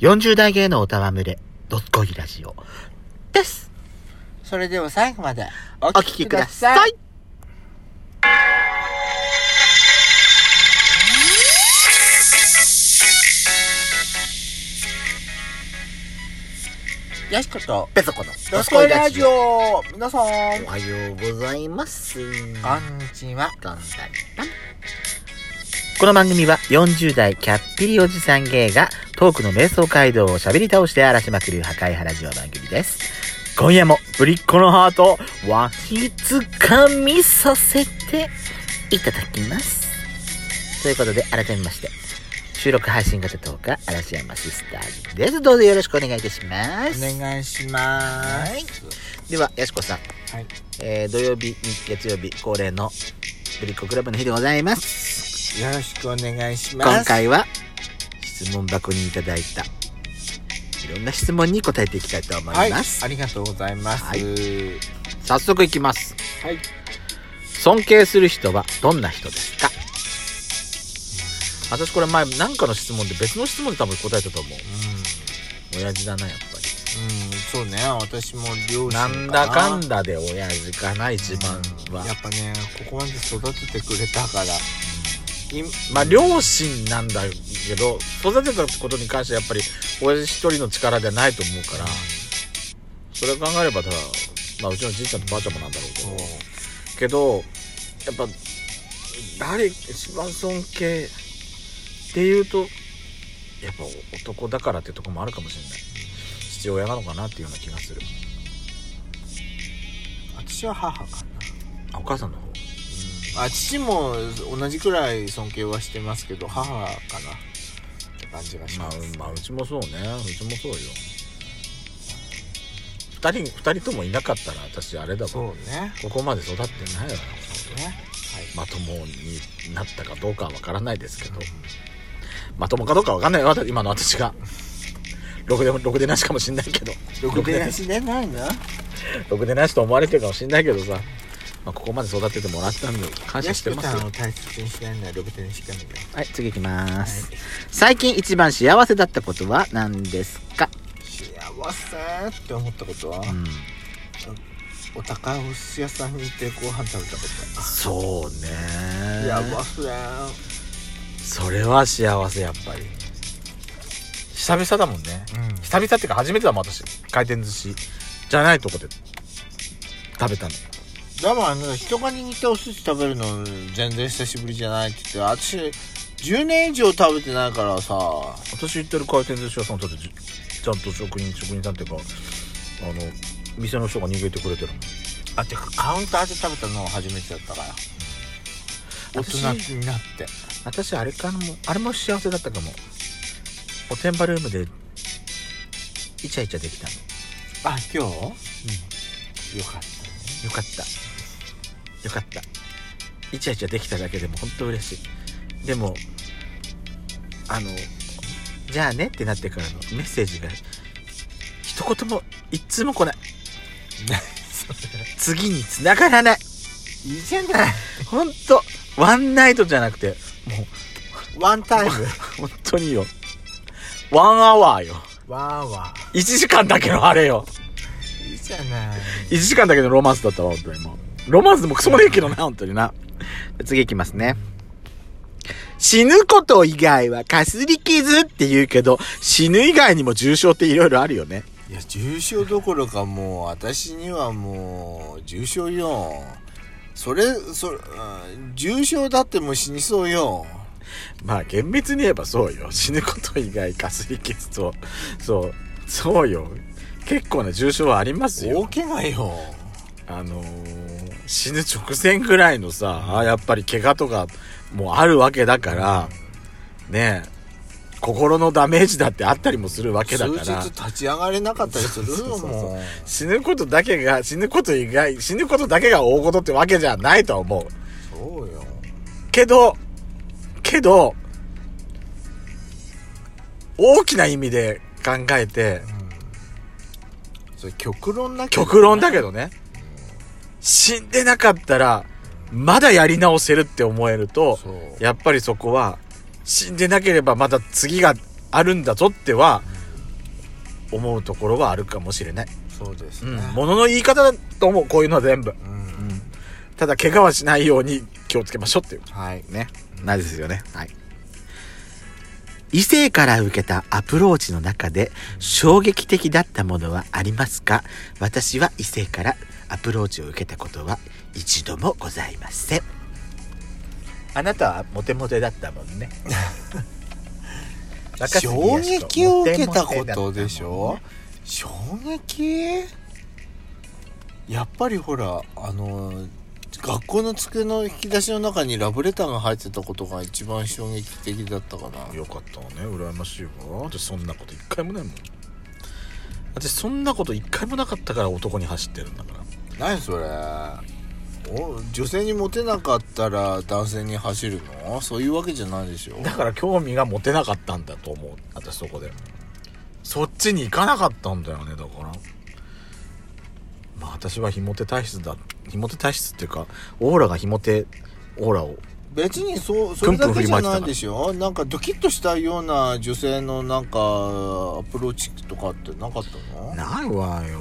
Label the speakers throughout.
Speaker 1: 40代芸のおたわむれ、どっこいラジオです。
Speaker 2: それでは最後までお
Speaker 1: お聞きください。
Speaker 2: よしこと
Speaker 1: ペソコの
Speaker 2: どすこいラジ。オ皆さん
Speaker 1: おはようございます。
Speaker 2: こんにちは
Speaker 1: こんばんはこの番組は40代キャッピリおじさん芸がトークの瞑想街道をしゃべり倒して荒らしまくる破壊派ラジオ番組です。今夜もぶりっ子のハートをわしつかみさせていただきます。ということで改めまして、収録配信型10日、嵐山シスターズです。どうぞよろしくお願いいたします。
Speaker 2: お願いします
Speaker 1: はいでは、やしこさん、
Speaker 2: はい
Speaker 1: えー、土曜日、月曜日恒例のぶりっ子クラブの日でございます。
Speaker 2: よろしくお願いします
Speaker 1: 今回は質問箱にいただいたいろんな質問に答えていきたいと思
Speaker 2: はいい
Speaker 1: ます、
Speaker 2: ありがとうございます
Speaker 1: は
Speaker 2: はいい、
Speaker 1: 早速いきます尊敬する人はどんな人ですか私これ前何かの質問で別の質問で多分答えたと思う親父だなやっぱり
Speaker 2: うん、うん、そうね私も両親
Speaker 1: なん
Speaker 2: か
Speaker 1: だかんだで親父かな一番は、
Speaker 2: やっぱねここまで育ててくれたからい
Speaker 1: まあ両親なんだけど育てたことに関してはやっぱり親父一人の力ではないと思うからそれを考えればただ、まあ、うちのじいちゃんとばあちゃんもなんだろうけど、けどやっぱ誰一番尊敬っていうとやっぱ男だからっていうところもあるかもしれない父親なのかなっていうような気がする
Speaker 2: 私は母かな、
Speaker 1: あお母さんの方
Speaker 2: あ父も同じくらい尊敬はしてますけど母かなって感じがし
Speaker 1: ま
Speaker 2: ます、
Speaker 1: あ、まあ、うちもそうねうちもそうよ2人二人ともいなかったら私あれだ
Speaker 2: そう
Speaker 1: もん
Speaker 2: ね
Speaker 1: ここまで育ってないわよ
Speaker 2: ね
Speaker 1: まともになったかどうかは分からないですけどまともかどうかわかんないよ、私今の私が。ろくでも、ろくでなしかもしんないけど。
Speaker 2: ろくでなしでないな
Speaker 1: ろくでなしと思われてるかもしんないけどさ。まあ、ここまで育ててもらったんで、感謝
Speaker 2: 屋
Speaker 1: して
Speaker 2: 敷
Speaker 1: ます
Speaker 2: さん
Speaker 1: よ
Speaker 2: を。大切にしないのはろくでなしかないよ
Speaker 1: はい、次行きます、最近一番幸せだったことは何ですか
Speaker 2: 幸せって思ったことは、
Speaker 1: うん。
Speaker 2: お高いお寿司屋さんに行ってご飯食べたこと
Speaker 1: そうね
Speaker 2: 幸せ
Speaker 1: それは幸せ、やっぱり。久々だもんね。
Speaker 2: うん
Speaker 1: 久々っていうか初めてだもん、私。回転寿司。じゃないとこで。食べたの。
Speaker 2: でもあの人が握ったお寿司食べるの全然久しぶりじゃないって言って私10年以上食べてないからさ
Speaker 1: 私行ってる回転寿司屋さんだってじちゃんと職人職人さんっていうかあの店の人が逃げてくれてるもん
Speaker 2: あてかカウンターで食べたのは初めてだったから大
Speaker 1: 私
Speaker 2: 人になって
Speaker 1: 私あれかもあれも幸せだったかもおてんばルームでイチャイチャできたの
Speaker 2: あ今日、よかった
Speaker 1: よかったよかったイチャイチャできただけでも本当嬉しいでもあのじゃあねってなってからのメッセージが一言も一通も来ない
Speaker 2: ね
Speaker 1: 次に繋がらない
Speaker 2: いいじゃない
Speaker 1: 本当ワンナイトじゃなくてもう
Speaker 2: ワンタイム
Speaker 1: 本当によワンアワーよ
Speaker 2: わーわ
Speaker 1: 1時間だけのあれよ
Speaker 2: ーいいじゃない
Speaker 1: 1時間だけのロマンスだったわ本当にもうロマンスでもクソもねえけどな本当にな次いきますね死ぬこと以外はかすり傷って言うけど死ぬ以外にも重症っていろいろあるよね
Speaker 2: いや重症どころかもう私にはもう重症よそれそれ、うん重症だってもう死にそうよ
Speaker 1: まあ厳密に言えばそうよ死ぬこと以外かすり傷とそうそうよ結構な重症はありますよ
Speaker 2: 大怪我よ
Speaker 1: あのー死ぬ直前ぐらいのさ、やっぱり怪我とかもあるわけだから、ねえ、心のダメージだってあったりもするわけ
Speaker 2: 数
Speaker 1: だから
Speaker 2: 日、立ち上がれなかったりする
Speaker 1: そうそ
Speaker 2: よ
Speaker 1: うそうそう
Speaker 2: もう
Speaker 1: 死ぬことだけが、死ぬこと以外、死ぬことだけが大事ってわけじゃないとは思う。
Speaker 2: そうよ
Speaker 1: けど、けど、大きな意味で考えて、
Speaker 2: それ極論な
Speaker 1: 極論だけどね、死んでなかったら、まだやり直せるって思えると、
Speaker 2: そう
Speaker 1: やっぱりそこは死んでなければまた次があるんだぞっては思うところはあるかもしれない。
Speaker 2: そうです
Speaker 1: う
Speaker 2: ね
Speaker 1: ん。物の言い方だと思う、こういうのは全部。
Speaker 2: うん、
Speaker 1: ただ、怪我はしないように気をつけましょうっていう。
Speaker 2: はい
Speaker 1: ね。なぜですよね。はい。異性から受けたアプローチの中で衝撃的だったものはありますか私は異性からアプローチを受けたことは一度もございません。あなたはモテモテだったもん ね。若杉
Speaker 2: 衝
Speaker 1: 康子
Speaker 2: 撃を受けた
Speaker 1: モ
Speaker 2: こ
Speaker 1: テモテだったも
Speaker 2: と
Speaker 1: んね
Speaker 2: でしょ衝撃やっぱりほらあの学校の机の引き出しの中にラブレターが入ってたことが一番衝撃的だったかな
Speaker 1: よかったわね羨ましいわ私そんなこと一回もないもん私そんなこと一回もなかったから男に走ってるんだから
Speaker 2: 何それお女性にモテなかったら男性に走るのそういうわけじゃないでしょ
Speaker 1: だから興味が持てなかったんだと思う私そこでそっちに行かなかったんだよねだからまあ私はひも手体質だひも手体質っていうかオーラがひも手オーラを
Speaker 2: 別にそうそれだけじゃないでしょなんかドキッとしたような女性のなんかアプローチとかってなかったの
Speaker 1: ないわよ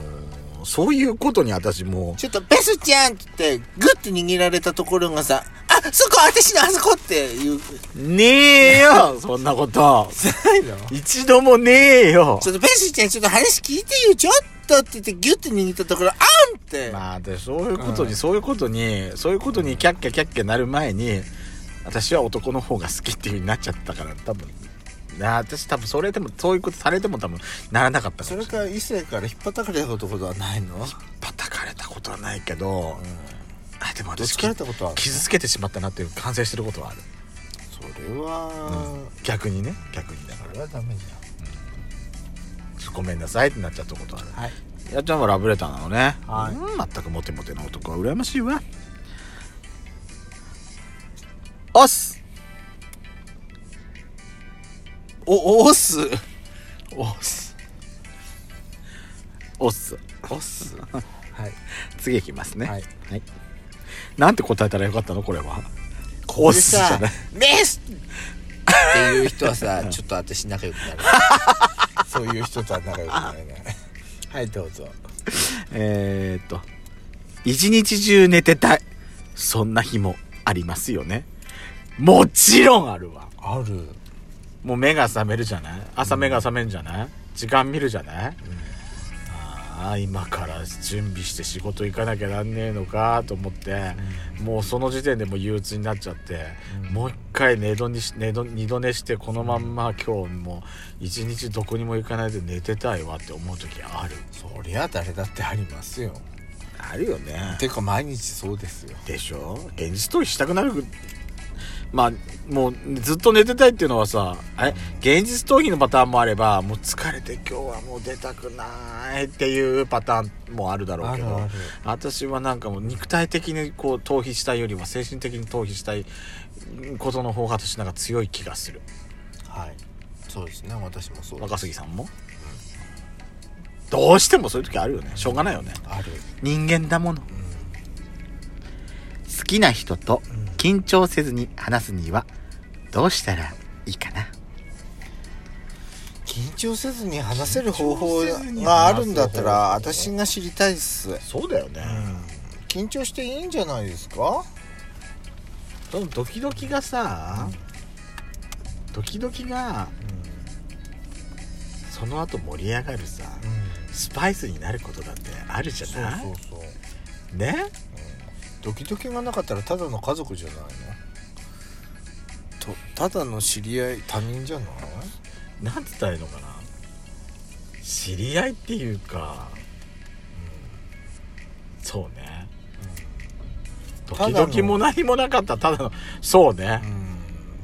Speaker 1: そういうことに私も
Speaker 2: ちょっとベスちゃんって言ってグッと握られたところがさあそこ私のあそこっていう
Speaker 1: うねえよそんなこと
Speaker 2: ないの
Speaker 1: 一度もねえよ
Speaker 2: ちょっとベスちゃんちょっと話聞いてよちょっとって言ってギュッと握ったところあんって、
Speaker 1: まあでそういうことに、
Speaker 2: うん
Speaker 1: そういうことにそういうことにキャッキャキャッキャなる前に私は男の方が好きっていう風になっちゃったから多分な私多分それでもそういうことされても多分ならなかったか
Speaker 2: そ
Speaker 1: も
Speaker 2: れ
Speaker 1: しれない
Speaker 2: から異性から引っ張ったかれたことはないの、
Speaker 1: 叩かれたことはないけど、あでも
Speaker 2: どっ
Speaker 1: 私
Speaker 2: ちかれたことはある
Speaker 1: 傷つけてしまったなっていう反省してることはある、
Speaker 2: それは、
Speaker 1: 逆にね逆にだか
Speaker 2: れはダメじ
Speaker 1: らごめんなさいってなっちゃったことはある
Speaker 2: ゃんはい
Speaker 1: やっちゃんはラブレターなのね、
Speaker 2: はい
Speaker 1: うん全くモテモテな男は羨ましいわおっす
Speaker 2: お押す押す
Speaker 1: おっす
Speaker 2: 押すはい
Speaker 1: 次いきますね
Speaker 2: はい
Speaker 1: なんて答えたらよかったのこれはおっすじゃない
Speaker 2: メスっていう人はさちょっと私仲良くなる そういう人とは仲良くなれないはいどうぞ
Speaker 1: えー、っと一日中寝てたいそんな日もありますよねもちろんあるわ
Speaker 2: ある
Speaker 1: もう目が覚めるじゃない朝目が覚めるんじゃない、時間見るじゃない、ああ今から準備して仕事行かなきゃなんねえのかと思って、もうその時点でもう憂鬱になっちゃって、
Speaker 2: うん
Speaker 1: もう一回寝度にし寝度二度寝してこのまんま今日も一日どこにも行かないで寝てたいわって思う時ある
Speaker 2: そりゃ誰だってありますよ
Speaker 1: あるよね
Speaker 2: てか毎日そうですよ
Speaker 1: でしょ現実逃避したくなるまあもうずっと寝てたいっていうのはさえ現実逃避のパターンもあればもう疲れて今日はもう出たくないっていうパターンもあるだろうけど
Speaker 2: あるある
Speaker 1: 私はなんかもう肉体的にこう逃避したいよりは精神的に逃避したいことの方が私なんか強い気がする
Speaker 2: はいそうですね私もそう
Speaker 1: 若杉さんも、どうしてもそういう時あるよねしょうがないよね
Speaker 2: ある
Speaker 1: 人間だもの好きな人と緊張せずに話すにはどうしたらいいかな
Speaker 2: 緊張せずに話せる方法
Speaker 1: 緊張せずに話す方法
Speaker 2: があるんだったら私が知りたいっす
Speaker 1: そうだよね、
Speaker 2: 緊張していいんじゃないですか
Speaker 1: そのドキドキがさ、ドキドキがその後盛り上がるさ、スパイスになることだってあるじゃ
Speaker 2: そう
Speaker 1: ない
Speaker 2: そうそう
Speaker 1: ね
Speaker 2: ドキドキがなかったらただの家族じゃないのとただの知り合い他人じゃない
Speaker 1: なんて言ったらいいのかな知り合いっていうか、そうね、
Speaker 2: ただの
Speaker 1: ドキドキも何もなかったただのそうね、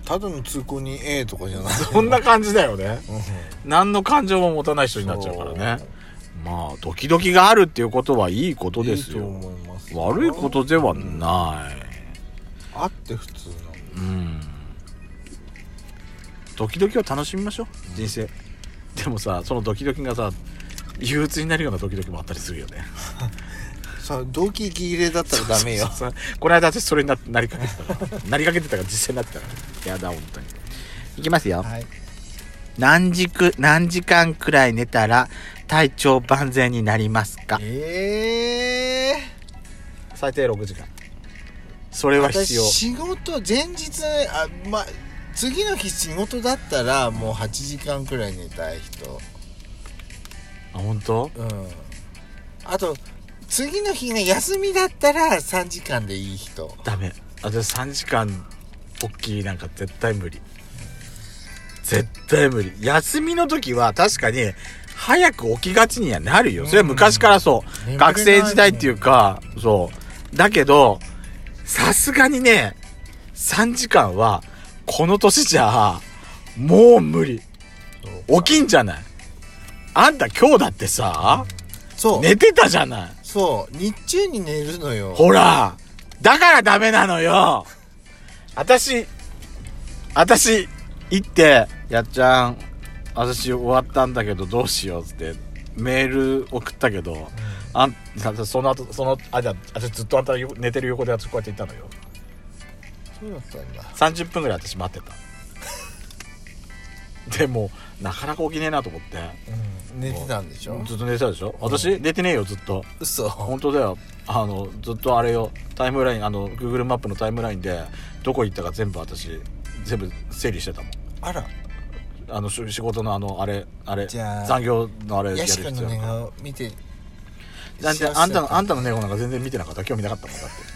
Speaker 2: ただの通行人 A とかじゃない
Speaker 1: そんな感じだよね
Speaker 2: うん
Speaker 1: 何の感情も持たない人になっちゃうからねまあドキドキがあるっていうことはいいことですよ
Speaker 2: いいと思います
Speaker 1: 悪いことではない、
Speaker 2: あって普通なの
Speaker 1: うんドキドキを楽しみましょう人生でもさそのドキドキがさ憂鬱になるようなドキドキもあったりするよね
Speaker 2: さあ動機切れだったらダ メよ
Speaker 1: そうそうこの間私それにな なりかけてたからなりかけてたから実際になってたからやだ本当にいきますよ、
Speaker 2: はい
Speaker 1: 何時く、何時間くらい寝たら体調万全になりますか
Speaker 2: ええ
Speaker 1: 最低6時間。それは必要。
Speaker 2: 仕事前日あまあ次の日仕事だったらもう8時間くらい寝たい人
Speaker 1: あ、本当
Speaker 2: うんあと次の日が休みだったら3時間でいい人
Speaker 1: ダメ。あ、じゃ3時間、ポッキーなんか絶対無理。絶対無理。休みの時は確かに、早く起きがちにはなるよ。それは昔からそう。
Speaker 2: うん
Speaker 1: 学生時代っていうか、そう。だけど、さすがにね、3時間は、この年じゃ、もう無理。起きんじゃない。あんた今日だってさ、
Speaker 2: そう、
Speaker 1: 寝てたじゃない。
Speaker 2: そう日中に寝るのよ
Speaker 1: ほらだからダメなのよ私、私、行って、やっちゃん、私終わったんだけどどうしようっつって、メール送ったけど、あん、その後、その、あ、じゃあ、私ずっとあんた横寝てる横で私こうやって行ったのよ。
Speaker 2: そうだったんだ
Speaker 1: 30分ぐらい私待ってた。でも、なかなか起きねえなと思って。
Speaker 2: うん寝てたんでしょ
Speaker 1: ずっと寝てたでしょ私寝てねえよ、ずっと。
Speaker 2: 嘘
Speaker 1: 本当だよあのずっとあれよタイムラインあの Google マップのタイムラインでどこ行ったか全部私全部整理してたもん
Speaker 2: あら
Speaker 1: あのし仕事のあのあれあれ
Speaker 2: じゃあ
Speaker 1: 残業のあれやる
Speaker 2: ヤシ
Speaker 1: 必
Speaker 2: カ
Speaker 1: 要
Speaker 2: の
Speaker 1: な
Speaker 2: 寝
Speaker 1: んか
Speaker 2: 顔見て
Speaker 1: だってあんたのあんたの猫なんか全然見てなかった興味なかったもんだって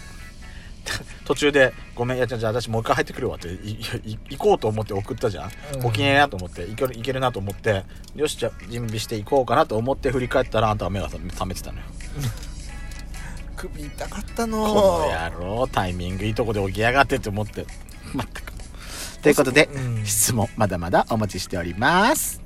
Speaker 1: 途中で「ごめんいやじゃあじゃあ私もう一回入ってくるわ」っていいい行こうと思って送ったじゃん、
Speaker 2: うん
Speaker 1: 起きねえなと思って行ける行けるなと思ってよしじゃあ準備して行こうかなと思って振り返ったらあんたが目が覚めてたのよ
Speaker 2: 首痛かった
Speaker 1: こ
Speaker 2: の
Speaker 1: の野郎タイミングいいとこで起きやがってって思って全くということで、
Speaker 2: うん
Speaker 1: 質問まだまだお待ちしております